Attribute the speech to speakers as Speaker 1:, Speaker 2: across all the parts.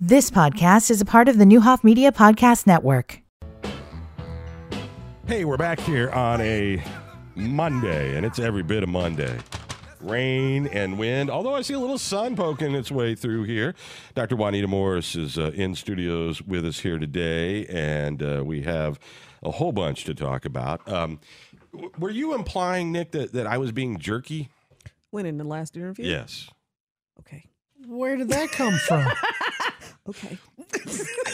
Speaker 1: This podcast is a part of the Newhoff Media Podcast Network.
Speaker 2: Hey, we're back here on a Monday, and it's every bit of Monday. Rain and wind, although I see a little sun poking its way through here. Dr. Juanita Morris is uh, in studios with us here today, and uh, we have a whole bunch to talk about. Um, w- were you implying, Nick, that, that I was being jerky?
Speaker 3: When in the last interview?
Speaker 2: Yes.
Speaker 3: Okay.
Speaker 4: Where did that come from?
Speaker 3: Okay.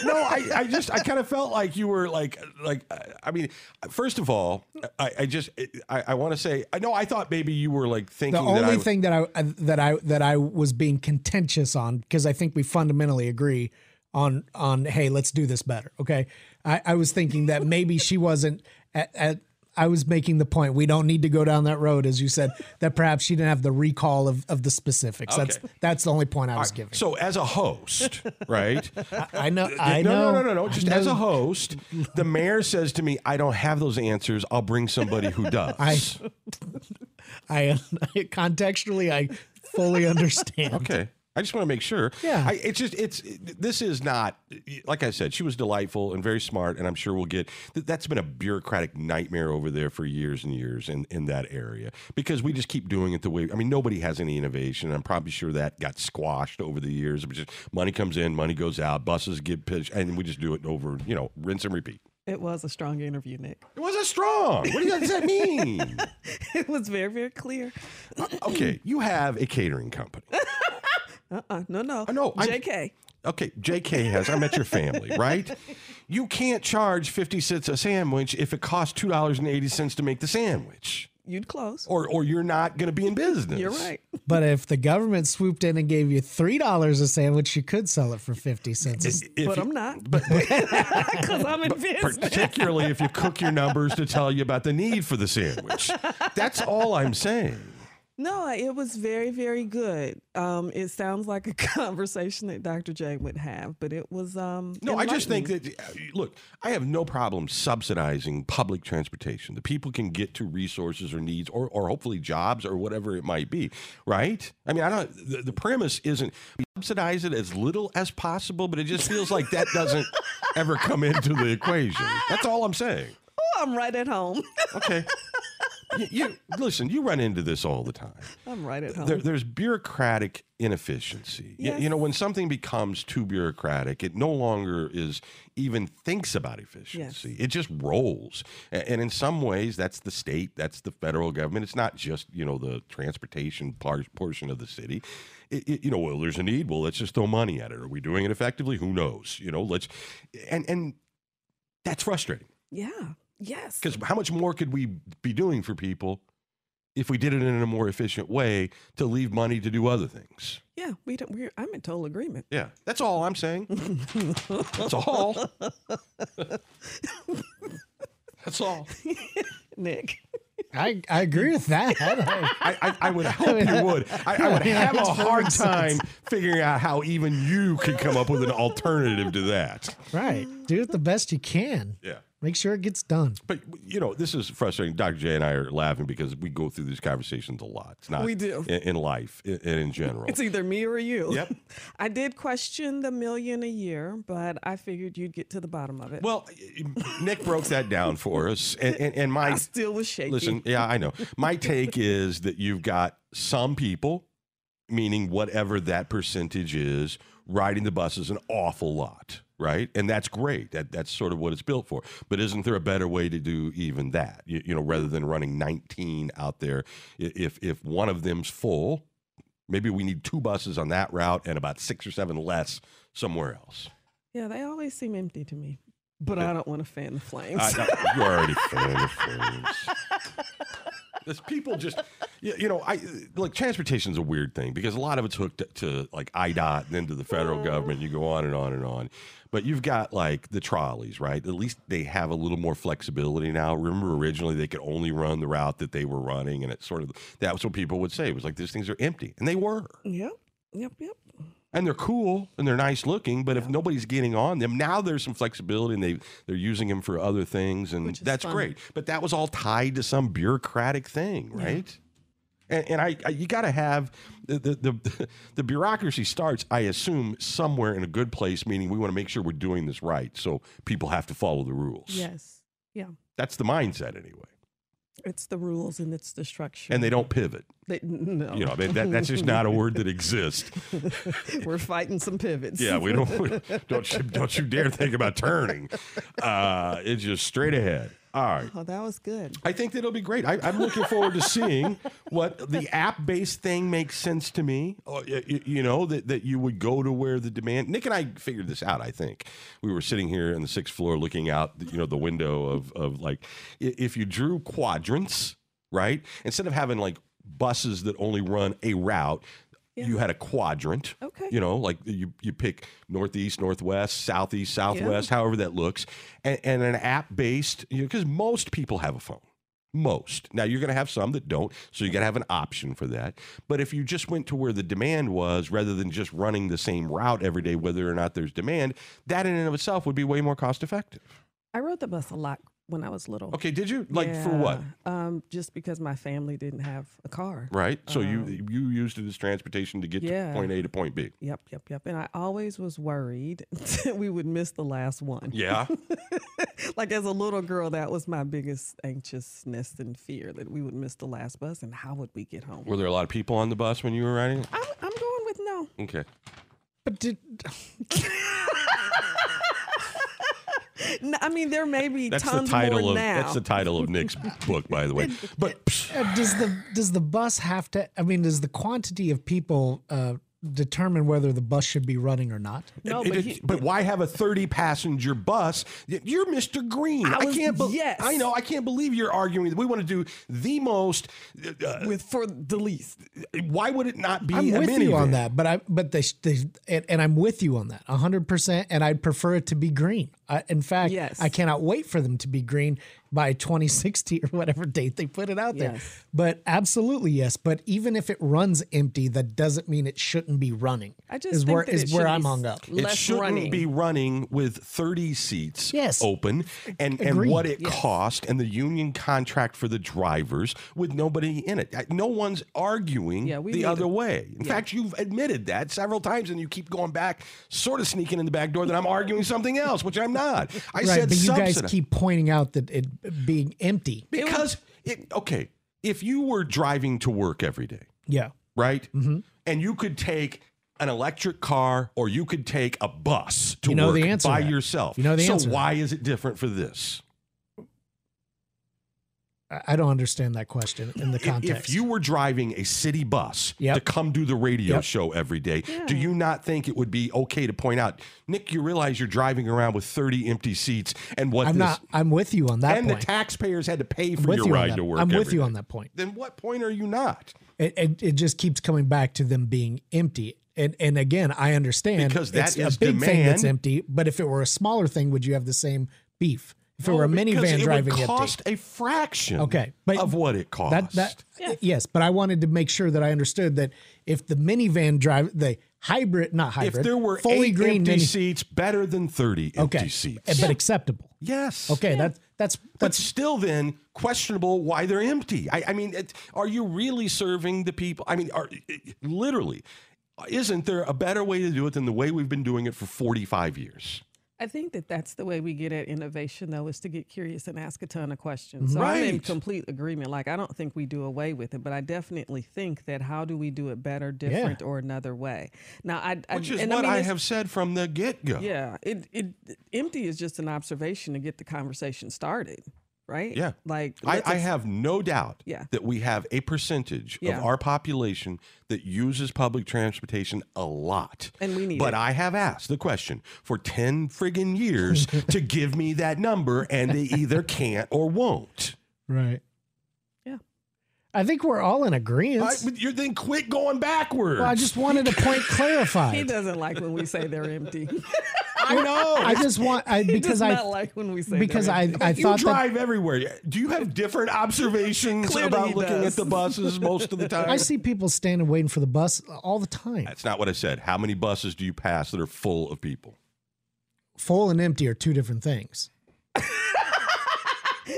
Speaker 2: no, I, I just I kind of felt like you were like like uh, I mean, first of all, I, I just I, I want to say I know I thought maybe you were like
Speaker 4: the
Speaker 2: thinking that I
Speaker 4: only
Speaker 2: was-
Speaker 4: thing that I uh, that I that I was being contentious on because I think we fundamentally agree on on hey let's do this better. Okay, I, I was thinking that maybe she wasn't at, at I was making the point we don't need to go down that road as you said that perhaps she didn't have the recall of, of the specifics.
Speaker 2: Okay.
Speaker 4: That's that's the only point I was giving.
Speaker 2: So as a host, right?
Speaker 4: I know I
Speaker 2: no,
Speaker 4: know
Speaker 2: no, no, no, no. Just
Speaker 4: I
Speaker 2: as a
Speaker 4: know.
Speaker 2: host, the mayor says to me, "I don't have those answers. I'll bring somebody who does."
Speaker 4: I, I contextually I fully understand.
Speaker 2: okay. I just want to make sure.
Speaker 4: Yeah.
Speaker 2: I, it's just it's this is not like I said. She was delightful and very smart, and I'm sure we'll get th- that's been a bureaucratic nightmare over there for years and years in in that area because we just keep doing it the way. I mean, nobody has any innovation. and I'm probably sure that got squashed over the years. It was just money comes in, money goes out, buses get pitched, and we just do it over. You know, rinse and repeat.
Speaker 3: It was a strong interview, Nick.
Speaker 2: It wasn't strong. What do you, does that mean?
Speaker 3: It was very, very clear.
Speaker 2: okay, you have a catering company.
Speaker 3: Uh-uh. No, no.
Speaker 2: I know, I'm-
Speaker 3: JK.
Speaker 2: Okay, JK has. I'm at your family, right? You can't charge 50 cents a sandwich if it costs $2.80 to make the sandwich,
Speaker 3: You'd close.
Speaker 2: or, or you're not going to be in business.
Speaker 3: You're right.
Speaker 4: But if the government swooped in and gave you three dollars a sandwich, you could sell it for fifty cents.
Speaker 2: If
Speaker 3: but
Speaker 2: you-
Speaker 3: I'm not. Because I'm in business.
Speaker 2: particularly if you cook your numbers to tell you about the need for the sandwich. That's all I'm saying.
Speaker 3: No, it was very, very good. Um, it sounds like a conversation that Dr. J would have, but it was um
Speaker 2: No, I just think
Speaker 3: enlightening.
Speaker 2: that uh, look, I have no problem subsidizing public transportation. The people can get to resources or needs or or hopefully jobs or whatever it might be, right? I mean, I don't the, the premise isn't subsidize it as little as possible, but it just feels like that doesn't ever come into the equation. That's all I'm saying.
Speaker 3: Oh, I'm right at home.
Speaker 2: Okay. You, you listen, you run into this all the time
Speaker 3: I'm right at home.
Speaker 2: there, there's bureaucratic inefficiency. Y- You, know, when something becomes too bureaucratic, it no longer is even thinks about efficiency. It just rolls. A- And in some ways, that's the state, that's the federal government. It's not just you know the transportation par- portion of the city. It- it- you know, well, there's a need. Well, let's just throw money at it. Are we doing it effectively? Who knows? You know, let's and and that's frustrating
Speaker 3: yeah. Yes.
Speaker 2: because how much more could we be doing for people if we did it in a more efficient way to leave money to do other things?
Speaker 3: Yeah, we don't we're I'm in total agreement.
Speaker 2: Yeah, that's all I'm saying. that's all. that's all.
Speaker 3: Nick.
Speaker 4: I, I agree with that. I-
Speaker 2: I, I, I would hope you would. I, I would have a
Speaker 4: Makes
Speaker 2: hard
Speaker 4: perfect
Speaker 2: time figuring out how even you could come up with an alternative to that.
Speaker 4: right. Do it the best you can.
Speaker 2: Yeah.
Speaker 4: Make sure it gets done.
Speaker 2: But you know, this is frustrating. Dr. J and I are laughing because we go through these conversations a lot. It's not
Speaker 3: We do.
Speaker 2: in, in life and in, in general.
Speaker 3: It's either me or you.
Speaker 2: Yep.
Speaker 3: I did question the million a year, but I figured you'd get to the bottom of it.
Speaker 2: Well, Nick broke that down for us, and and, and my
Speaker 3: I still was shaky.
Speaker 2: listen. Yeah, I know. My take is that you've got some people, meaning whatever that percentage is, riding the buses an awful lot, right? And that's great. That that's sort of what it's built for. But isn't there a better way to do even that? You, you know, rather than running 19 out there, i- if if one of them's full, maybe we need two buses on that route and about six or seven less somewhere else.
Speaker 3: Yeah, they always seem empty to me, but I don't want to fan the flames.
Speaker 2: I, I, you're already fan of things. There's people just, you, you know, I like transportation's a weird thing because a lot of it's hooked to like IDOT and then to the federal government. You go on and on and on, but you've got like the trolleys, right? At least they have a little more flexibility now. Remember, originally they could only run the route that they were running, and it sort of that was what people would say. It was like these things are empty, and they were,
Speaker 3: yep, yep, yep.
Speaker 2: and they're cool and they're nice looking. But if nobody's getting on them now, there's some flexibility, and they they're using them for other things, and
Speaker 3: Which is
Speaker 2: that's
Speaker 3: fun.
Speaker 2: great. But that was all tied to some bureaucratic thing, right? And, and I, I you got to have the, the the the bureaucracy starts, I assume, somewhere in a good place. Meaning, we want to make sure we're doing this right, so people have to follow the rules.
Speaker 3: Yes.
Speaker 2: That's the mindset anyway,
Speaker 3: It's the rules and it's the structure.
Speaker 2: and they don't pivot.
Speaker 3: They- no.
Speaker 2: You know, they, that, that's just not a word that exists.
Speaker 3: We're fighting some pivots.
Speaker 2: Yeah, we don't we- don't you, don't you dare think about turning. Uh, it's just straight ahead. All right.
Speaker 3: Oh, that was good.
Speaker 2: I think that it'll be great. I, I'm looking forward to seeing what the app-based thing makes sense to me. Or, y- y- you know that that you would go to where the demand. Nick and I figured this out. I think we were sitting here on the sixth floor, looking out, you know, the window of of like i- if you drew quadrants, right? Instead of having like buses that only run a route, you had a quadrant.
Speaker 3: Okay.
Speaker 2: You know, like you you pick northeast, northwest, southeast, southwest, however that looks, and, and an app based. You because most people have a phone. Most. Now you're going to have some that don't, so you got to have an option for that. But if you just went to where the demand was, rather than just running the same route every day, whether or not there's demand, that in and of itself would be way more cost effective.
Speaker 3: I rode the bus a lot when I was little.
Speaker 2: Okay, did you like for what?
Speaker 3: Yeah, Um, just because my family didn't have a car.
Speaker 2: Right. So you
Speaker 3: Um,
Speaker 2: you used it as transportation to get
Speaker 3: yeah.
Speaker 2: to point A to point B.
Speaker 3: Yep, yep, yep. And I always was worried that we would miss the last one.
Speaker 2: Yeah.
Speaker 3: like as a little girl, that was my biggest anxiousness and fear that we would miss the last bus and how would we get home?
Speaker 2: Were there a lot of people on the bus when you were riding? it?
Speaker 3: I'm, I'm going with no.
Speaker 2: Okay.
Speaker 4: But did,
Speaker 3: no. I mean, there may be
Speaker 2: That's the
Speaker 3: tons
Speaker 2: title
Speaker 3: more
Speaker 2: of
Speaker 3: now.
Speaker 2: that's the title of Nick's book, by the way. But psh,
Speaker 4: uh, does the does the bus have to? I mean, does the quantity of people uh, determine whether the bus should be running or not?
Speaker 3: no,
Speaker 2: it-
Speaker 3: but
Speaker 2: it-
Speaker 3: he-
Speaker 2: but why have a thirty-passenger bus? Y- You're Mr. Green. I,
Speaker 3: was-
Speaker 2: can't. believe.
Speaker 3: yes.
Speaker 2: I know. I can't believe you're arguing that we want to do the most. Uh,
Speaker 3: with for the least.
Speaker 2: why would it not be?
Speaker 4: I'm
Speaker 2: a
Speaker 4: with you on
Speaker 2: minivan?
Speaker 4: that, but I but they, sh- they and, and I'm with you on that 100%. And I'd prefer it to be green. I, in fact,
Speaker 3: Yes.
Speaker 4: I cannot wait for them to be green by 2060 or whatever date they put it out there.
Speaker 3: Yes.
Speaker 4: But absolutely yes. But even if it runs empty, that doesn't mean it shouldn't be running.
Speaker 3: I just
Speaker 4: is
Speaker 3: think
Speaker 4: where
Speaker 3: that
Speaker 4: is
Speaker 3: it
Speaker 4: where
Speaker 3: should be
Speaker 4: I'm hung
Speaker 3: s-
Speaker 4: up.
Speaker 2: It
Speaker 3: less
Speaker 2: shouldn't
Speaker 3: running.
Speaker 2: be running with 30 seats
Speaker 4: Yes.
Speaker 2: open and, and
Speaker 4: Agreed.
Speaker 2: what it
Speaker 3: Yes.
Speaker 2: cost and the union contract for the drivers with nobody in it. I- No one's arguing
Speaker 3: Yeah, we
Speaker 2: the
Speaker 3: need
Speaker 2: other
Speaker 3: a-
Speaker 2: way. In fact, you've admitted that several times and you keep going back, sort of sneaking in the back door that I'm arguing something else, which I'm not. I
Speaker 4: right,
Speaker 2: said
Speaker 4: but you guys
Speaker 2: subsidize.
Speaker 4: keep pointing out that it being empty.
Speaker 2: because it, okay, if you were driving to work every day,
Speaker 4: Yeah.
Speaker 2: right?
Speaker 4: Mm-hmm.
Speaker 2: And you could take an electric car or you could take a bus to
Speaker 4: You know
Speaker 2: work
Speaker 4: the answer to
Speaker 2: by
Speaker 4: that.
Speaker 2: yourself.
Speaker 4: You know the
Speaker 2: so
Speaker 4: answer to
Speaker 2: why is it different for this?
Speaker 4: I I don't understand that question in the
Speaker 2: If-
Speaker 4: context.
Speaker 2: If you were driving a city bus
Speaker 4: Yep.
Speaker 2: to come do the radio
Speaker 4: Yep.
Speaker 2: show every day, do you not think it would be okay to point out, Nick, you realize you're driving around with 30 empty seats and what
Speaker 4: I'm
Speaker 2: this
Speaker 4: not I'm with you on that
Speaker 2: and
Speaker 4: point.
Speaker 2: the taxpayers had to pay
Speaker 4: I'm
Speaker 2: for
Speaker 4: with
Speaker 2: your
Speaker 4: you on
Speaker 2: ride
Speaker 4: that-
Speaker 2: to work.
Speaker 4: I'm with
Speaker 2: every
Speaker 4: you
Speaker 2: day.
Speaker 4: on that point.
Speaker 2: Then what point are you not?
Speaker 4: it, it, it just keeps coming back to them being empty. And and again, I understand
Speaker 2: Because that
Speaker 4: that's
Speaker 2: is
Speaker 4: a big thing that's
Speaker 2: demand.
Speaker 4: empty. But if it were a smaller thing, would you have the same beef? If it were a
Speaker 2: Because
Speaker 4: minivan
Speaker 2: it
Speaker 4: driving
Speaker 2: would
Speaker 4: empty,
Speaker 2: cost a fraction
Speaker 4: Okay, but
Speaker 2: of what it cost.
Speaker 4: that that yes. But I wanted to make sure that I understood that if the minivan drive the hybrid, not
Speaker 2: if
Speaker 4: hybrid,
Speaker 2: there were
Speaker 4: fully
Speaker 2: eight
Speaker 4: green
Speaker 2: empty
Speaker 4: mini-
Speaker 2: seats, better than thirty empty
Speaker 4: okay, eh,
Speaker 2: seats.
Speaker 4: but acceptable.
Speaker 2: yes.
Speaker 4: Okay, that's that's
Speaker 2: But
Speaker 4: that's
Speaker 2: still, then questionable why they're empty. I, I mean, it, are you really serving the people? I mean, are eh, literally, isn't there a better way to do it than the way we've been doing it for forty-five years?
Speaker 3: I think that that's the way we get at innovation, though, is to get curious and ask a ton of questions. So I'm in
Speaker 2: Right.
Speaker 3: complete agreement. Like, I don't think we do away with it, but I definitely think that how do we do it better, different, or another way? Now, I, I
Speaker 2: Which is
Speaker 3: and
Speaker 2: what I,
Speaker 3: mean, it's-
Speaker 2: have said from the get-go.
Speaker 3: Yeah, it, it empty is just an observation to get the conversation started, right?
Speaker 2: Yeah.
Speaker 3: like
Speaker 2: I,
Speaker 3: let's
Speaker 2: I
Speaker 3: ex-
Speaker 2: have no doubt
Speaker 3: Yeah.
Speaker 2: that we have a percentage
Speaker 3: Yeah.
Speaker 2: of our population that uses public transportation a lot.
Speaker 3: And we need
Speaker 2: But
Speaker 3: it.
Speaker 2: I have asked the question for 10 friggin' years to give me that number, and they either can't or won't.
Speaker 4: right.
Speaker 3: Yeah.
Speaker 4: I think we're all in agreement.
Speaker 2: I, but you're then quit going backwards.
Speaker 4: well, I just wanted a point clarified.
Speaker 3: He doesn't like when we say they're empty.
Speaker 2: I know.
Speaker 4: I just want I
Speaker 3: he does
Speaker 4: because I
Speaker 3: not like when we say
Speaker 4: because
Speaker 3: they're
Speaker 4: I
Speaker 3: empty.
Speaker 4: I
Speaker 2: you
Speaker 4: thought that
Speaker 2: drive everywhere. Do you have different observations
Speaker 3: Clearly
Speaker 2: about
Speaker 3: he
Speaker 2: looking
Speaker 3: does.
Speaker 2: at the buses most of the time?
Speaker 4: I see people standing waiting for the bus all the time.
Speaker 2: That's not what I said. How many buses do you pass that are full of people?
Speaker 4: Full and empty are two different things.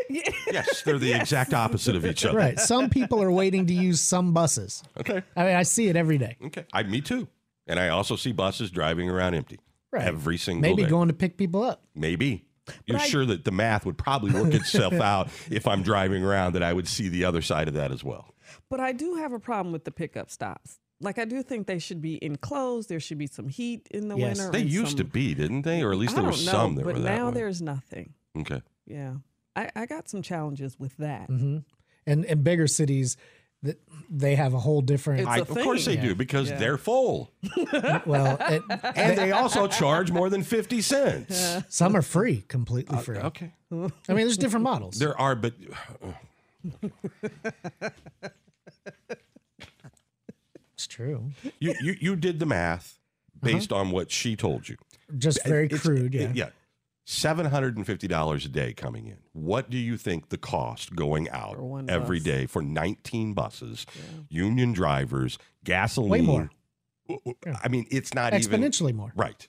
Speaker 2: Yes, they're the exact opposite of each other.
Speaker 4: Right. Some people are waiting to use some buses.
Speaker 2: Okay.
Speaker 4: I mean, I see it every day.
Speaker 2: Okay. I me too. And I also see buses driving around empty
Speaker 4: Right.
Speaker 2: every single
Speaker 4: Maybe
Speaker 2: day.
Speaker 4: going to pick people up.
Speaker 2: Maybe. You're
Speaker 3: I-
Speaker 2: sure that the math would probably work itself out if I'm driving around that I would see the other side of that as well.
Speaker 3: But I do have a problem with the pickup stops. Like I do think they should be enclosed. There should be some heat in the
Speaker 4: Yes.
Speaker 3: winter.
Speaker 2: They
Speaker 3: and
Speaker 2: used to
Speaker 3: some-
Speaker 2: be, didn't they? Or at least
Speaker 3: I
Speaker 2: there were
Speaker 3: don't know,
Speaker 2: some that
Speaker 3: but
Speaker 2: were that
Speaker 3: now
Speaker 2: way.
Speaker 3: there's nothing.
Speaker 2: Okay.
Speaker 3: Yeah, I, I got some challenges with that.
Speaker 4: hmm And in bigger cities, th- they have a whole different.
Speaker 3: It's
Speaker 2: I,
Speaker 3: a
Speaker 2: of course they
Speaker 3: thing.
Speaker 2: do because
Speaker 3: Yeah.
Speaker 2: they're full.
Speaker 4: well, it,
Speaker 2: And they also charge more than 50 cents.
Speaker 4: some are free, completely free.
Speaker 2: Okay.
Speaker 4: I mean, there's different models.
Speaker 2: There are, but
Speaker 4: it's true.
Speaker 2: you, you, you did the math
Speaker 4: Uh-huh.
Speaker 2: based on what she told you.
Speaker 4: Just very
Speaker 2: It's-
Speaker 4: crude. Yeah.
Speaker 2: it- yeah. $750 a day coming in. What do you think the cost going out
Speaker 3: For one
Speaker 2: every
Speaker 3: bus.
Speaker 2: day for 19 buses, union drivers, gasoline?
Speaker 4: more.
Speaker 2: W- w- I mean, it's not even.
Speaker 4: Exponentially more.
Speaker 2: Right.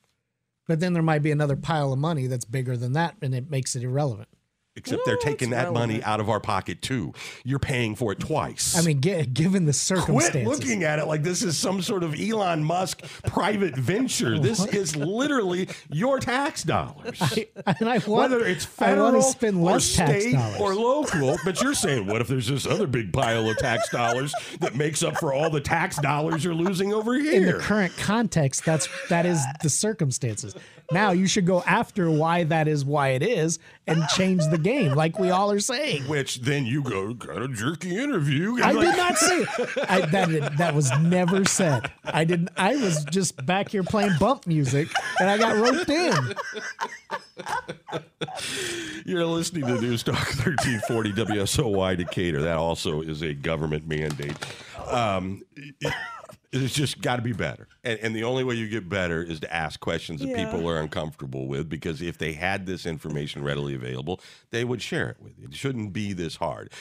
Speaker 4: But then there might be another pile of money that's bigger than that, and it makes it irrelevant.
Speaker 2: Except they're
Speaker 3: Well,
Speaker 2: taking
Speaker 3: it's
Speaker 2: that money
Speaker 3: relevant.
Speaker 2: out of our pocket too. You're paying for it twice.
Speaker 4: I mean, gi- given the
Speaker 2: quit
Speaker 4: circumstances.
Speaker 2: looking at it like this is some sort of Elon Musk private venture. This is literally your tax dollars.
Speaker 4: and I want,
Speaker 2: Whether it's federal
Speaker 4: I want to spend
Speaker 2: or
Speaker 4: less tax
Speaker 2: state
Speaker 4: dollars.
Speaker 2: or local, but you're saying, what if there's this other big pile of tax dollars that makes up for all the tax dollars you're losing over
Speaker 4: in the
Speaker 2: here?
Speaker 4: current context, that's that is the circumstances. Now you should go after why that is why it is and change the game, like we all are saying.
Speaker 2: Which then you go, got a jerky interview.
Speaker 4: I
Speaker 2: And like,
Speaker 4: did not say I, that. That was never said. I didn't. I was just back here playing bump music, and I got roped in.
Speaker 2: You're listening to News Talk 1340 WSOY Decatur. That also is a government mandate. Um, it- it's just got to be better. And, and the only way you get better is to ask questions that
Speaker 3: Yeah.
Speaker 2: people are uncomfortable with because if they had this information readily available, they would share it with you. It shouldn't be this hard.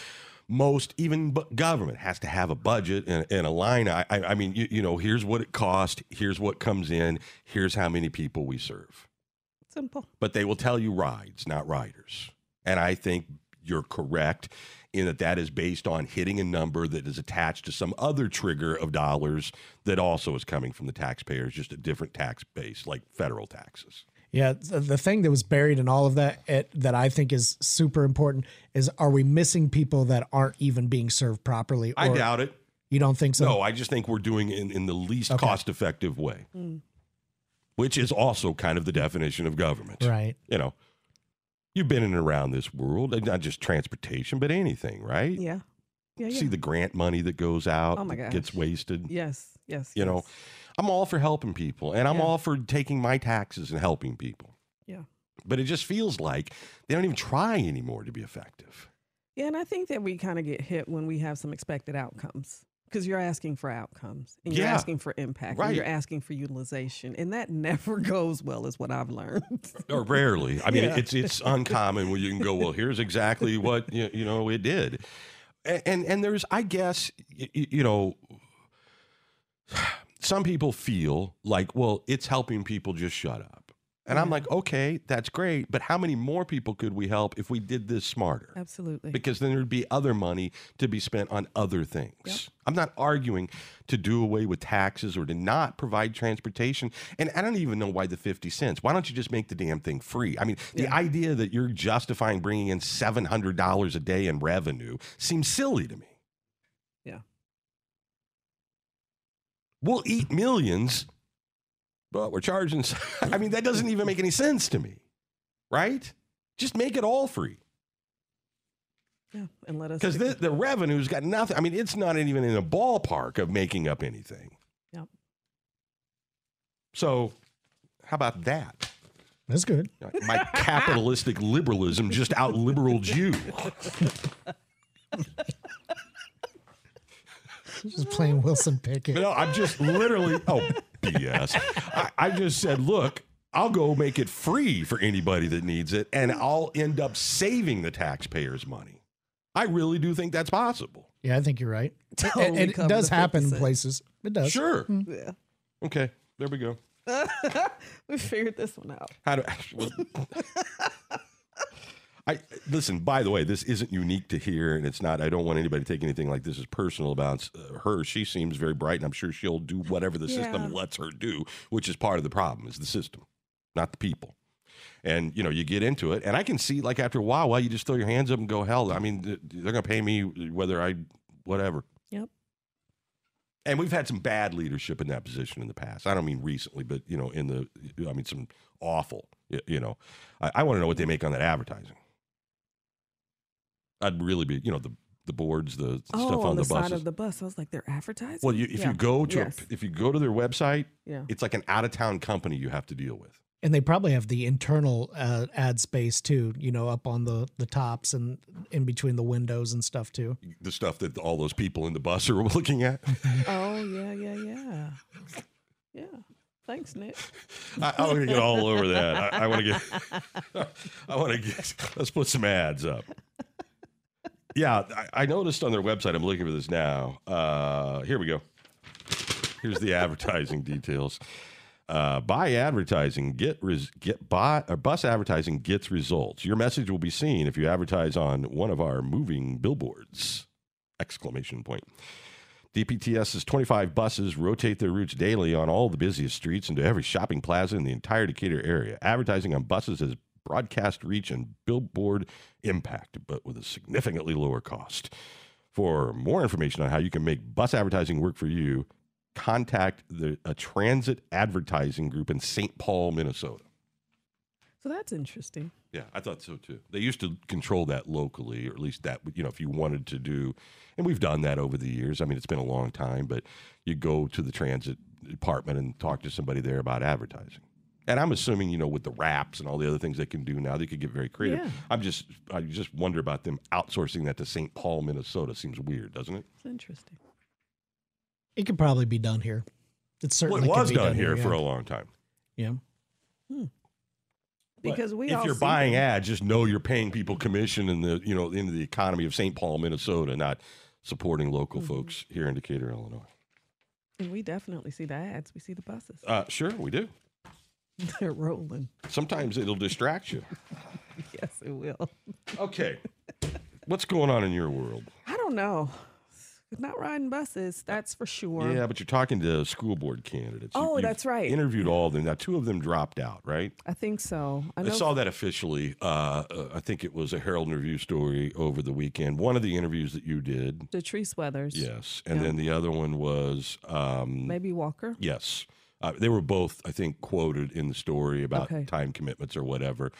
Speaker 2: Most, even bu- government, has to have a budget and, and a line. I, I I mean, you, you know, here's what it costs, here's what comes in, here's how many people we serve
Speaker 3: Simple.
Speaker 2: but they will tell you rides, not riders. And I think you're correct in that that is based on hitting a number that is attached to some other trigger of dollars that also is coming from the taxpayers, just a different tax base, like federal taxes.
Speaker 4: Yeah, the, the thing that was buried in all of that it, that I think is super important is: are we missing people that aren't even being served properly?
Speaker 2: I
Speaker 4: Or
Speaker 2: doubt it.
Speaker 4: you don't think so.
Speaker 2: No, I just think we're doing it in, in the least
Speaker 4: Okay.
Speaker 2: cost effective way,
Speaker 3: Mm.
Speaker 2: which is also kind of the definition of government.
Speaker 4: Right.
Speaker 2: You know, you've been in and around this world, and not just transportation, but anything, right?
Speaker 3: Yeah. Yeah. yeah.
Speaker 2: See the grant money that goes out,
Speaker 3: Oh my
Speaker 2: that gets
Speaker 3: gosh.
Speaker 2: wasted.
Speaker 3: yes. Yes.
Speaker 2: You know,
Speaker 3: yes.
Speaker 2: I'm all for helping people and I'm
Speaker 3: Yeah.
Speaker 2: all for taking my taxes and helping people.
Speaker 3: Yeah.
Speaker 2: But it just feels like they don't even try anymore to be effective.
Speaker 3: Yeah, and I think that we kind of get hit when we have some expected outcomes because you're asking for outcomes and you're
Speaker 2: Yeah.
Speaker 3: asking for impact and you're
Speaker 2: Right.
Speaker 3: asking for utilization, and that never goes well, is what I've learned.
Speaker 2: Or rarely. I mean,
Speaker 3: Yeah.
Speaker 2: it's it's uncommon when you can go, well, here's exactly what you, you know it did. A- And and there's I guess y- y- you know some people feel like, well, it's helping people just shut up. And I'm like, okay, that's great, but how many more people could we help if we did this smarter?
Speaker 3: Absolutely.
Speaker 2: because then there'd be other money to be spent on other things. I'm not arguing to do away with taxes or to not provide transportation. And I don't even know why the 50 cents. Why don't you just make the damn thing free? I mean, the idea that you're justifying bringing in $700 a day in revenue seems silly to me.
Speaker 3: Yeah.
Speaker 2: We'll eat millions, but we're charging. s- I mean, that doesn't even make any sense to me, right? Just make it all free
Speaker 3: Yeah, and let us
Speaker 2: because the, the revenue's got nothing. I mean, it's not even in a ballpark of making up anything.
Speaker 3: Yep.
Speaker 2: So, how about that?
Speaker 4: That's good.
Speaker 2: My capitalistic liberalism just out liberaled you.
Speaker 4: Just playing Wilson Pickett.
Speaker 2: No, I'm just literally. Oh, BS. I, I just said, look, I'll go make it free for anybody that needs it, and I'll end up saving the taxpayers' money. I really do think that's possible.
Speaker 4: Yeah, I think you're right. It-
Speaker 3: Totally
Speaker 4: it- it
Speaker 3: cover
Speaker 4: does
Speaker 3: the
Speaker 4: happen in
Speaker 3: 50%.
Speaker 4: places. It does.
Speaker 2: Sure.
Speaker 3: yeah.
Speaker 2: Okay. There we go.
Speaker 3: we figured this one out.
Speaker 2: How do I listen. By the way, this isn't unique to here, and it's not. I don't want anybody to take anything like this is personal about uh, her. She seems very bright, and I'm sure she'll do whatever the
Speaker 3: Yeah.
Speaker 2: system lets her do, which is part of the problem. Is the system, not the people. And you know, you get into it, and I can see like after a while, why you just throw your hands up and go, "Hell, I mean, th- they're gonna pay me whether I, whatever."
Speaker 3: Yep.
Speaker 2: And we've had some bad leadership in that position in the past. I don't mean recently, but you know, in the, I mean, some awful. y- You know, I, I want to know what they make on that advertising. I'd really be, you know, the the boards, the
Speaker 3: Oh,
Speaker 2: stuff
Speaker 3: on,
Speaker 2: on,
Speaker 3: the,
Speaker 2: buses.
Speaker 3: side of the bus. I was like, they're advertising.
Speaker 2: well, you, if
Speaker 3: Yeah.
Speaker 2: you go to a-
Speaker 3: Yes.
Speaker 2: if you go to their website,
Speaker 3: yeah.
Speaker 2: it's like an out of town company you have to deal with.
Speaker 4: And they probably have the internal uh, ad space too, you know, up on the the tops and in between the windows and stuff too.
Speaker 2: The stuff that all those people in the bus are looking at.
Speaker 3: Oh yeah, yeah, yeah, yeah. Thanks, Nick.
Speaker 2: I, I want to get all over that. I, I want to get. I want to get. Let's put some ads up. Yeah, I, I noticed on their website. I'm looking for this now. Uh, here we go. Here's the advertising details. Uh, buy advertising, get res, get buy or bus advertising gets results. Your message will be seen if you advertise on one of our moving billboards! Exclamation point. DPTS's 25 buses rotate their routes daily on all the busiest streets and to every shopping plaza in the entire Decatur area. Advertising on buses has broadcast reach and billboard impact, but with a significantly lower cost. For more information on how you can make bus advertising work for you, contact the a transit advertising group in St. Paul, Minnesota.
Speaker 3: So that's interesting.
Speaker 2: Yeah, I thought so too. They used to control that locally, or at least that you know, if you wanted to do, and we've done that over the years. I mean, it's been a long time, but you go to the transit department and talk to somebody there about advertising. And I'm assuming you know with the wraps and all the other things they can do now, they could get very creative.
Speaker 3: Yeah.
Speaker 2: I'm just I just wonder about them outsourcing that to St. Paul, Minnesota. Seems weird, doesn't it?
Speaker 3: It's interesting.
Speaker 4: It could probably be done here. It
Speaker 2: Well,
Speaker 4: certainly
Speaker 2: it
Speaker 4: could
Speaker 2: was
Speaker 4: be
Speaker 2: done here
Speaker 4: yeah.
Speaker 2: for a long time.
Speaker 4: yeah.
Speaker 2: But
Speaker 3: Because we
Speaker 2: if
Speaker 3: all
Speaker 2: you're
Speaker 3: see
Speaker 2: buying
Speaker 3: them.
Speaker 2: ads, just know you're paying people commission in the you know into the economy of St. Paul, Minnesota, not supporting local
Speaker 3: Mm-hmm.
Speaker 2: folks here in Decatur, Illinois.
Speaker 3: and we definitely see the ads. We see the buses.
Speaker 2: Uh, sure, we do.
Speaker 3: They're rolling.
Speaker 2: Sometimes it'll distract you.
Speaker 3: Yes, it will.
Speaker 2: Okay, what's going on in your world?
Speaker 3: I don't know. Not riding buses, that's for sure.
Speaker 2: Yeah, but you're talking to school board candidates.
Speaker 3: Oh,
Speaker 2: you've
Speaker 3: that's right.
Speaker 2: Interviewed all of them. Now, two of them dropped out, right?
Speaker 3: I think so. I
Speaker 2: I,
Speaker 3: know.
Speaker 2: saw that officially. Uh, uh, I think it was a Herald and Review story over the weekend. One of the interviews that you did,
Speaker 3: the Treese Weathers.
Speaker 2: yes, and then the other one was um,
Speaker 3: Maybe Walker.
Speaker 2: Yes. Uh, they were both, I think, quoted in the story about
Speaker 3: Okay.
Speaker 2: time commitments or whatever.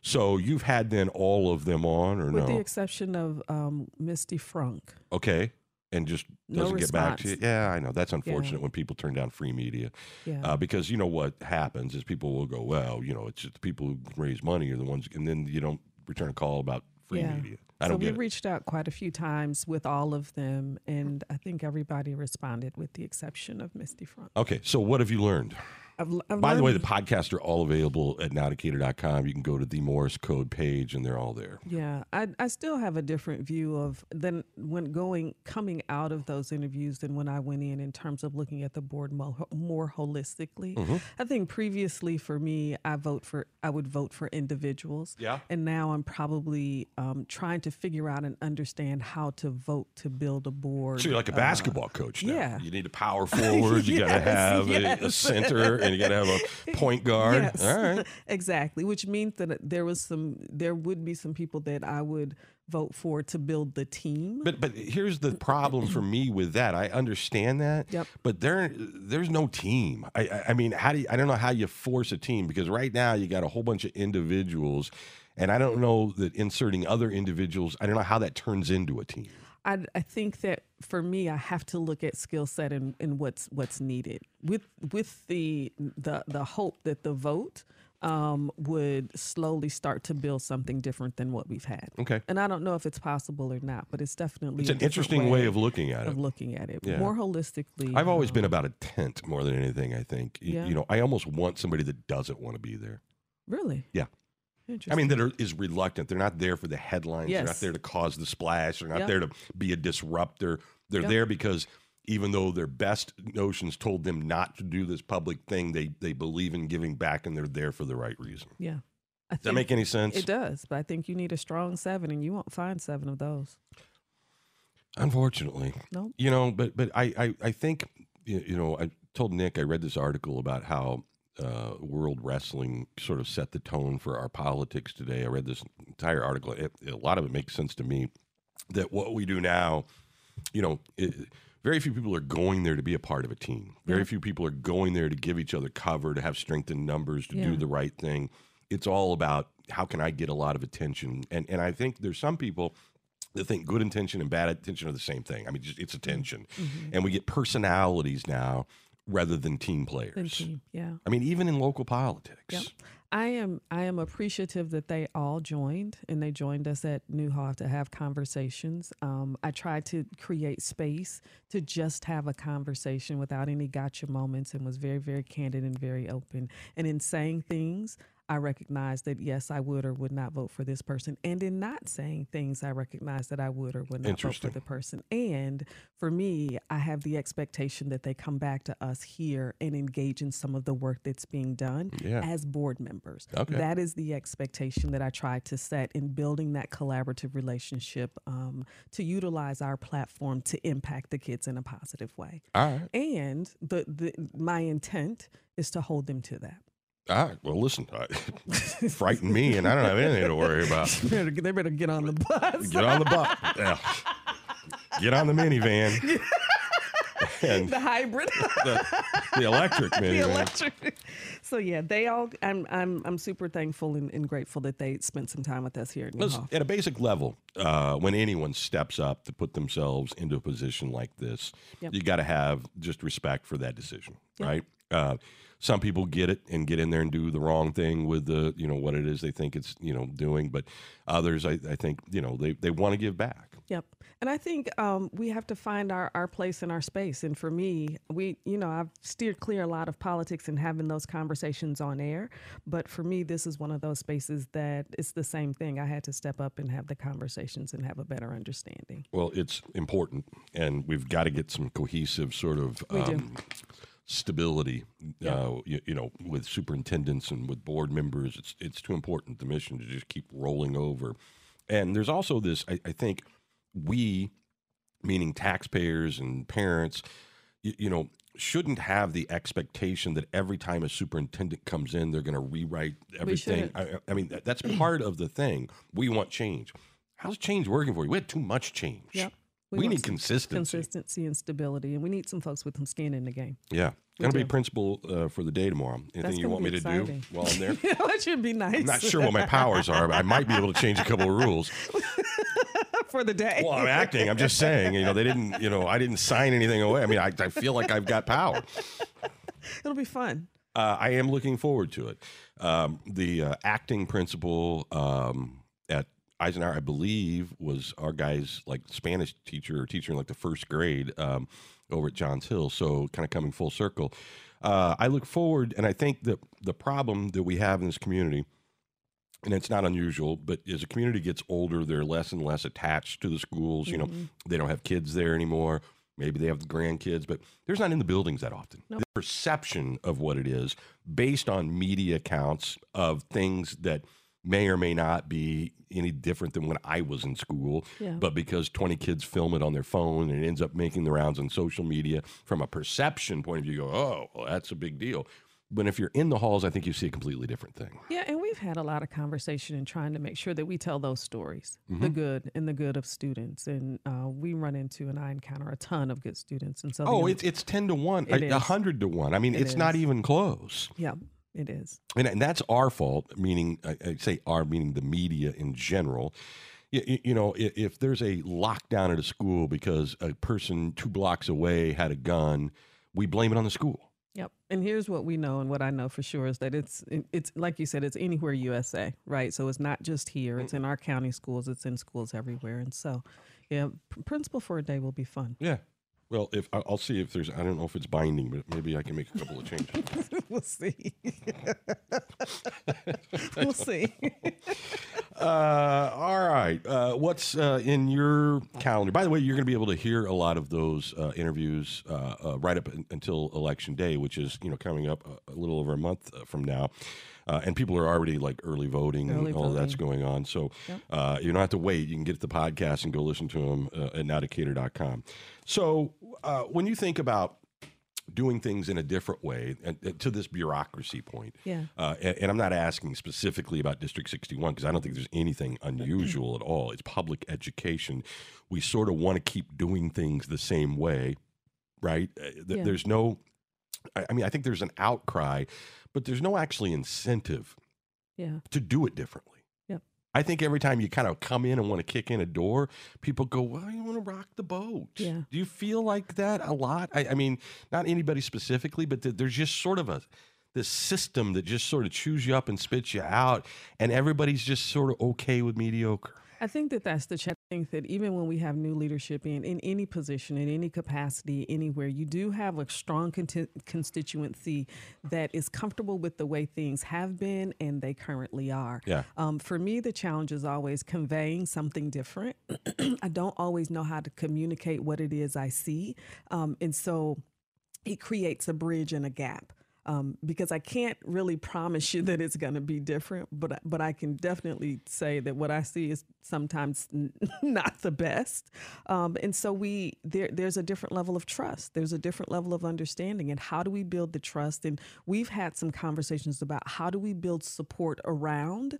Speaker 2: So you've had then all of them on or
Speaker 3: With the
Speaker 2: no?
Speaker 3: exception of um, Misty Frank.
Speaker 2: okay. And just
Speaker 3: No
Speaker 2: doesn't get back to you.
Speaker 3: response.
Speaker 2: Yeah, I know. That's unfortunate when people turn down free media
Speaker 3: Yeah.
Speaker 2: uh, because you know what happens is people will go, well, you know, it's just the people who raise money are the ones, and then you don't return a call about free
Speaker 3: Yeah.
Speaker 2: media. I
Speaker 3: so
Speaker 2: don't
Speaker 3: we
Speaker 2: get it.
Speaker 3: reached out quite a few times with all of them, and I think everybody responded with the exception of Misty Frank.
Speaker 2: Okay, so what have you learned?
Speaker 3: I've, I've
Speaker 2: By the way, the
Speaker 3: learned-
Speaker 2: podcasts are all available at nowdecatur.com. You can go to the Morris Code page, and they're all there.
Speaker 3: yeah, I, I still have a different view of than when going coming out of those interviews than when I went in in terms of looking at the board more, more holistically.
Speaker 2: Mm-hmm.
Speaker 3: I think previously for me, I vote for I would vote for individuals.
Speaker 2: Yeah.
Speaker 3: and now I'm probably um, trying to figure out and understand how to vote to build a board.
Speaker 2: So you're like a basketball coach now.
Speaker 3: Uh, yeah.
Speaker 2: You need a power forward. You got to
Speaker 3: Yes,
Speaker 2: have a- a,
Speaker 3: yes.
Speaker 2: center, and you got to have a point guard.
Speaker 3: Yes,
Speaker 2: All right.
Speaker 3: exactly. Which means that there was some, there would be some people that I would vote for to build the team.
Speaker 2: But but here's the problem for me with that. I understand that.
Speaker 3: Yep.
Speaker 2: But there there's no team. I- I I mean, how do you, I don't know how you force a team because right now you got a whole bunch of individuals, and I don't know that inserting other individuals. I don't know how that turns into a team.
Speaker 3: I, I think that for me, I have to look at skill set and, and what's what's needed with with the the the hope that the vote um, would slowly start to build something different than what we've had.
Speaker 2: Okay.
Speaker 3: And I don't know if it's possible or not, but it's definitely
Speaker 2: It's
Speaker 3: a
Speaker 2: an
Speaker 3: different
Speaker 2: interesting way of looking at it.
Speaker 3: of looking at it
Speaker 2: Yeah.
Speaker 3: more holistically.
Speaker 2: I've always
Speaker 3: um,
Speaker 2: been about a tent more than anything. I think Y-
Speaker 3: Yeah.
Speaker 2: you know I almost want somebody that doesn't want to be there.
Speaker 3: really
Speaker 2: Yeah.
Speaker 3: Interesting.
Speaker 2: I mean, that are, is reluctant. They're not there for the headlines. They're not
Speaker 3: Yes.
Speaker 2: there to cause the splash. They're not
Speaker 3: Yep.
Speaker 2: there to be a disruptor. They're
Speaker 3: Yep.
Speaker 2: there because even though their best notions told them not to do this public thing, they they believe in giving back and they're there for the right reason.
Speaker 3: yeah. I
Speaker 2: Does that make any sense?
Speaker 3: It does, but I think you need a strong seven, and you won't find seven of those.
Speaker 2: Unfortunately,
Speaker 3: Nope.
Speaker 2: you know, but but I I, I think you you know I told Nick I read this article about how uh, world wrestling sort of set the tone for our politics today. I read this entire article. It, a lot of it makes sense to me that what we do now, you know. It, very few people are going there to be a part of a team. Very few people are going there to give each other cover, to have strength in numbers, to do
Speaker 3: Yeah.
Speaker 2: the right thing. It's all about how can I get a lot of attention. And and I think there's some people that think good intention and bad intention are the same thing. I mean, just, it's attention,
Speaker 3: Mm-hmm.
Speaker 2: and we get personalities now rather than team players.
Speaker 3: Than team, yeah.
Speaker 2: I mean, even in local politics.
Speaker 3: Yep. I am I am appreciative that they all joined and they joined us at Newhoff to have conversations. Um, I tried to create space to just have a conversation without any gotcha moments and was very very candid and very open. And in saying things, I recognized that yes, I would or would not vote for this person. And in not saying things, I recognized that I would or would not vote for
Speaker 2: Interesting.
Speaker 3: the person. And for me, I have the expectation that they come back to us here and engage in some of the work that's being done
Speaker 2: Yeah.
Speaker 3: as board members.
Speaker 2: Okay.
Speaker 3: That is the expectation that I try to set in building that collaborative relationship um, to utilize our platform to impact the kids in a positive way.
Speaker 2: All right.
Speaker 3: And the, the my intent is to hold them to that.
Speaker 2: All right. Well, listen, I, frighten me, and I don't have anything to worry about.
Speaker 3: They better, they better get on the bus.
Speaker 2: Get on the bus. Yeah. Get on the minivan. and
Speaker 3: The hybrid,
Speaker 2: the, the electric
Speaker 3: the
Speaker 2: minivan.
Speaker 3: electric. So yeah, they all. I'm I'm I'm super thankful and, and grateful that they spent some time with us here at New
Speaker 2: Listen, at a basic level, uh, when anyone steps up to put themselves into a position like this,
Speaker 3: Yep.
Speaker 2: you got to have just respect for that decision, right? Uh, some people get it and get in there and do the wrong thing with the, you know, what it is they think it's, you know, doing. But others, I, I think, you know, they, they want to give back.
Speaker 3: Yep. And I think um, we have to find our, our place in our space. And for me, we, you know, I've steered clear a lot of politics and having those conversations on air. But for me, this is one of those spaces that it's the same thing. I had to step up and have the conversations and have a better understanding.
Speaker 2: Well, it's important, and we've got to get some cohesive sort of um, stability. Uh, you, you know, with superintendents and with board members, it's it's too important the mission to just keep rolling over. And there's also this, I, I think, we, meaning taxpayers and parents, you, you know, shouldn't have the expectation that every time a superintendent comes in, they're going to rewrite everything.
Speaker 3: shouldn't.
Speaker 2: I, I- I mean, that, that's part of the thing. We want change. How's change working for you? We had too much change.
Speaker 3: Yep.
Speaker 2: We,
Speaker 3: want
Speaker 2: need
Speaker 3: some
Speaker 2: consistency.
Speaker 3: consistency and stability. And we need some folks with some skin in the game.
Speaker 2: Yeah. Going to be principal uh, for the day tomorrow. Anything
Speaker 3: That's
Speaker 2: you
Speaker 3: gonna
Speaker 2: want me
Speaker 3: be
Speaker 2: to
Speaker 3: exciting.
Speaker 2: do while I'm there?
Speaker 3: that should be nice
Speaker 2: I'm not sure what my powers are, but I might be able to change a couple of rules.
Speaker 3: for the day.
Speaker 2: Well, I'm acting. I'm just saying, you know, they didn't, you know, I didn't sign anything away. I mean, I, I feel like I've got power.
Speaker 3: It'll be fun.
Speaker 2: Uh, I am looking forward to it. Um, the uh, acting principal um, at Eisenhower, I believe, was our guy's like Spanish teacher or teacher in like the first grade um, over at Johns Hill. So kind of coming full circle. Uh, I look forward, and I think that the problem that we have in this community and it's not unusual, but as a community gets older, they're less and less attached to the schools. You know, they don't have kids there anymore. Maybe they have grandkids, but there's not in the buildings that often. The perception of what it is based on media accounts of things that may or may not be any different than when I was in school,
Speaker 3: Yeah.
Speaker 2: but because 20 kids film it on their phone and it ends up making the rounds on social media, from a perception point of view, you go, oh, well, that's a big deal. But if you're in the halls, I think you see a completely different thing.
Speaker 3: Yeah, and we've had a lot of conversation in trying to make sure that we tell those stories,
Speaker 2: Mm-hmm.
Speaker 3: the good and the good of students. And uh, we run into and I encounter a ton of good students. And so, the
Speaker 2: Oh,
Speaker 3: young-
Speaker 2: it's it's ten to one,
Speaker 3: It
Speaker 2: a a
Speaker 3: is.
Speaker 2: hundred to one. I mean,
Speaker 3: It
Speaker 2: it's not
Speaker 3: is.
Speaker 2: even close,
Speaker 3: yeah, it is.
Speaker 2: and and that's our fault. Meaning, I, I say our meaning the media in general. You, you know, i- if there's a lockdown at a school because a person two blocks away had a gun, we blame it on the school.
Speaker 3: Yep. And here's what we know and what I know for sure is that it's it's like you said it's anywhere USA, right? So it's not just here.
Speaker 2: Mm-hmm.
Speaker 3: It's in our county schools, it's in schools everywhere. And so, yeah, pr- principal for a day will be fun.
Speaker 2: Yeah. Well, if I- I'll see if there's, I don't know if it's binding, but maybe I can make a couple of changes.
Speaker 3: we'll see. we'll see.
Speaker 2: Uh, all right. Uh, what's uh, in your calendar? By the way, you're going to be able to hear a lot of those uh, interviews uh, uh, right up un- until election day, which is you know coming up a, a little over a month uh, from now. Uh, and people are already like early voting
Speaker 3: Early
Speaker 2: and all that's going on. So uh, you don't have to wait. You can get the podcast and go listen to them uh, at nowdecatur.com. So uh, when you think about doing things in a different way and, and to this bureaucracy point.
Speaker 3: Yeah.
Speaker 2: Uh, and, and I'm not asking specifically about District 61 because I don't think there's anything unusual at all. It's public education. We sort of want to keep doing things the same way, right? Uh, th-
Speaker 3: Yeah.
Speaker 2: There's no, I, I mean, I think there's an outcry, but there's no actually incentive
Speaker 3: Yeah.
Speaker 2: to do it differently.
Speaker 3: Yep.
Speaker 2: I think every time you kind of come in and want to kick in a door, people go, "Well, you want to rock the boat."
Speaker 3: Yeah.
Speaker 2: Do you feel like that a lot? I, I mean, not anybody specifically, but th- there's just sort of a this system that just sort of chews you up and spits you out, and everybody's just sort of okay with mediocre.
Speaker 3: I think that that's the check. I think that even when we have new leadership in, in any position, in any capacity, anywhere, you do have a strong conti- constituency that is comfortable with the way things have been and they currently are.
Speaker 2: Yeah.
Speaker 3: Um, for me, the challenge is always conveying something different. I don't always know how to communicate what it is I see. Um, and so it creates a bridge and a gap um, because I can't really promise you that it's going to be different, but I- but I can definitely say that what I see is sometimes n- not the best, um, and so we there there's a different level of trust, there's a different level of understanding, and how do we build the trust? And we've had some conversations about how do we build support around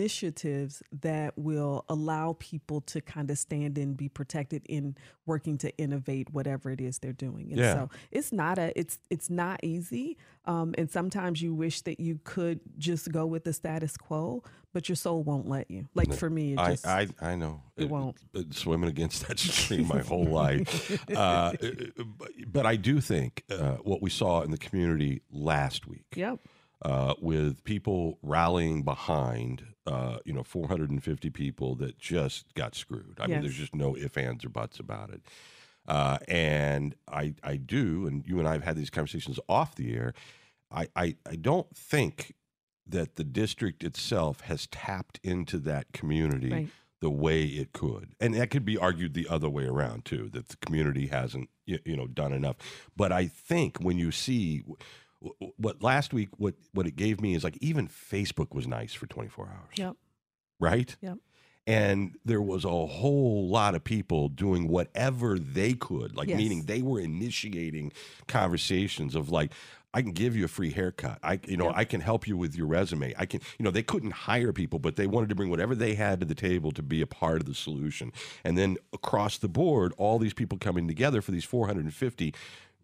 Speaker 3: initiatives that will allow people to kind of stand and be protected in working to innovate whatever it is they're doing. And
Speaker 2: Yeah.
Speaker 3: so it's not a it's it's not easy. Um, and sometimes you wish that you could just go with the status quo, but your soul won't let you. Like for me, it
Speaker 2: I,
Speaker 3: just
Speaker 2: I, I know.
Speaker 3: it won't.
Speaker 2: been swimming against that stream my whole life. Uh, but I do think uh, what we saw in the community last week.
Speaker 3: yep
Speaker 2: uh, with people rallying behind, uh, you know, 450 people that just got screwed. I mean,
Speaker 3: Yes.
Speaker 2: there's just no ifs, ands, or buts about it. Uh, and I, I do, and you and I have had these conversations off the air. I, I, I don't think that the district itself has tapped into that community
Speaker 3: right
Speaker 2: the way it could. And that could be argued the other way around too, that the community hasn't y- you know done enough. But I think when you see w- w- what last week what what it gave me is like even Facebook was nice for 24 hours.
Speaker 3: yep
Speaker 2: Right?
Speaker 3: Yep.
Speaker 2: And there was a whole lot of people doing whatever they could, like
Speaker 3: Yes.
Speaker 2: meaning they were initiating conversations of like I can give you a free haircut. I you know,
Speaker 3: Yep.
Speaker 2: I can help you with your resume. I can you know, they couldn't hire people, but they wanted to bring whatever they had to the table to be a part of the solution. And then across the board, all these people coming together for these 450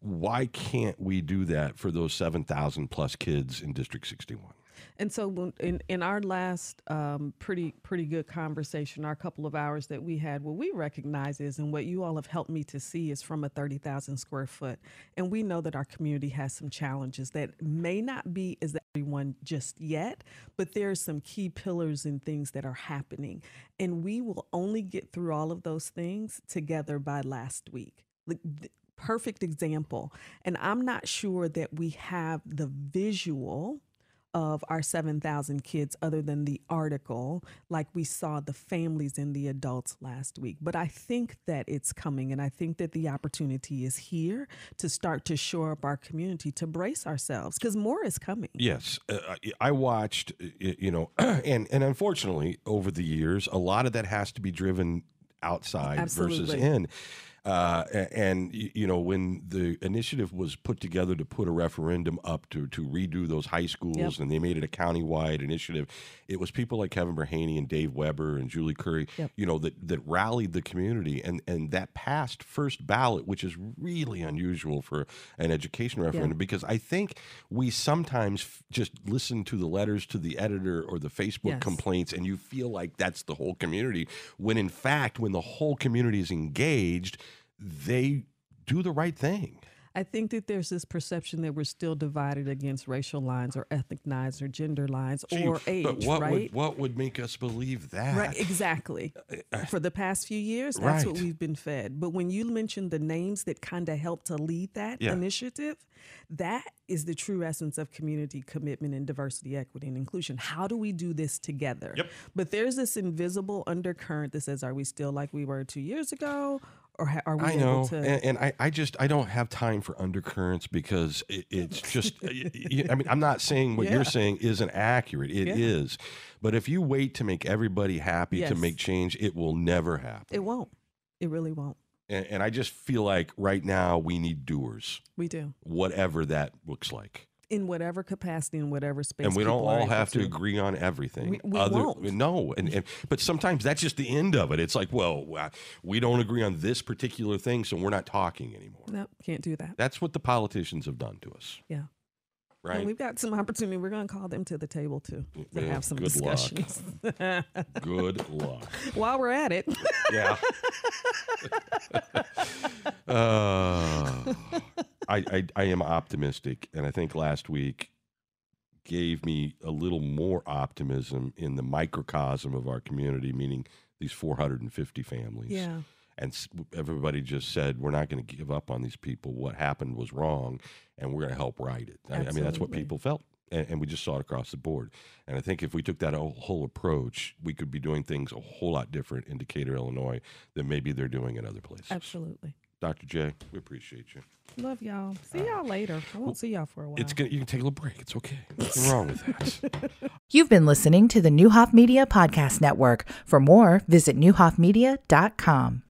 Speaker 2: why can't we do that for those 7,000 plus kids in District 61?
Speaker 3: And so when, in, in our last um, pretty pretty good conversation, our couple of hours that we had, what we recognize is, and what you all have helped me to see is from a thirty thousand square foot, and we know that our community has some challenges that may not be as everyone just yet, but there are some key pillars and things that are happening, and we will only get through all of those things together by last week. Like, th- perfect example, and I'm not sure that we have the visual of our 7,000 kids other than the article, like we saw the families and the adults last week. But I think that it's coming, and I think that the opportunity is here to start to shore up our community, to brace ourselves, because more is coming.
Speaker 2: Yes, uh, I I watched, y- y- you know, and and unfortunately, over the years, a lot of that has to be driven outside versus
Speaker 3: Absolutely.
Speaker 2: in. Uh, a- and y- you know when the initiative was put together to put a referendum up to to redo those high schools, and they made it a countywide initiative, it was people like Kevin Berhaney and Dave Weber and Julie Curry,
Speaker 3: Yep.
Speaker 2: you know, that that rallied the community, and and that passed first ballot, which is really unusual for an education referendum because I think we sometimes f- just listen to the letters to the editor or the Facebook
Speaker 3: Yes.
Speaker 2: complaints and you feel like that's the whole community when in fact when the whole community is engaged they do the right thing
Speaker 3: I think that there's this perception that we're still divided against racial lines or ethnic lines or gender lines
Speaker 2: Gee,
Speaker 3: or age,
Speaker 2: but what
Speaker 3: right?
Speaker 2: would what would make us believe that?
Speaker 3: Right, exactly. For the past few years, that's
Speaker 2: Uh,
Speaker 3: what
Speaker 2: Right.
Speaker 3: we've been fed. But when you mentioned the names that kind of helped to lead that
Speaker 2: Yeah.
Speaker 3: initiative, that is the true essence of community commitment and diversity, equity, and inclusion. How do we do this together?
Speaker 2: Yep.
Speaker 3: But there's this invisible undercurrent that says, are we still like we were two years ago? Or ha- are we
Speaker 2: I
Speaker 3: able
Speaker 2: know,
Speaker 3: to?
Speaker 2: and, and I, I just I don't have time for undercurrents because it, it's just. y- y- I mean, I'm not saying what
Speaker 3: Yeah.
Speaker 2: you're saying isn't accurate. It is,
Speaker 3: Yeah.
Speaker 2: but if you wait to make everybody happy to
Speaker 3: Yes.
Speaker 2: make change, it will never happen.
Speaker 3: it won't. It really won't.
Speaker 2: and, and I just feel like right now we need doers,
Speaker 3: We do.
Speaker 2: whatever that looks like,
Speaker 3: In whatever capacity, in whatever space.
Speaker 2: and we don't
Speaker 3: people are
Speaker 2: all
Speaker 3: able
Speaker 2: have to agree on everything.
Speaker 3: We- we won't.
Speaker 2: No, and, and but sometimes that's just the end of it. It's like, well, uh, we don't agree on this particular thing, so we're not talking anymore.
Speaker 3: No, can't do that.
Speaker 2: That's what the politicians have done to us.
Speaker 3: Yeah.
Speaker 2: Right.
Speaker 3: And we've got some opportunity. We're going to call them to the table too to
Speaker 2: Yeah,
Speaker 3: have some
Speaker 2: good luck.
Speaker 3: discussions.
Speaker 2: Good luck.
Speaker 3: While we're at it,
Speaker 2: Yeah. uh, I, I I am optimistic, and I think last week gave me a little more optimism in the microcosm of our community, meaning these 450 families.
Speaker 3: yeah,
Speaker 2: And s- everybody just said, we're not going to give up on these people. What happened was wrong, and we're going to help right it. I, I mean, that's what
Speaker 3: Absolutely.
Speaker 2: people felt. And, and we just saw it across the board. And I think if we took that whole- whole approach, we could be doing things a whole lot different in Decatur, Illinois, than maybe they're doing in other places.
Speaker 3: absolutely.
Speaker 2: Dr. J, we appreciate you.
Speaker 3: Love y'all. See y'all later. I won't see y'all for a while.
Speaker 2: Uh, It's gonna, you can take a little break. It's okay. Nothing wrong with that.
Speaker 1: You've been listening to the Newhoff Media Podcast Network. For more, visit newhoffmedia.com.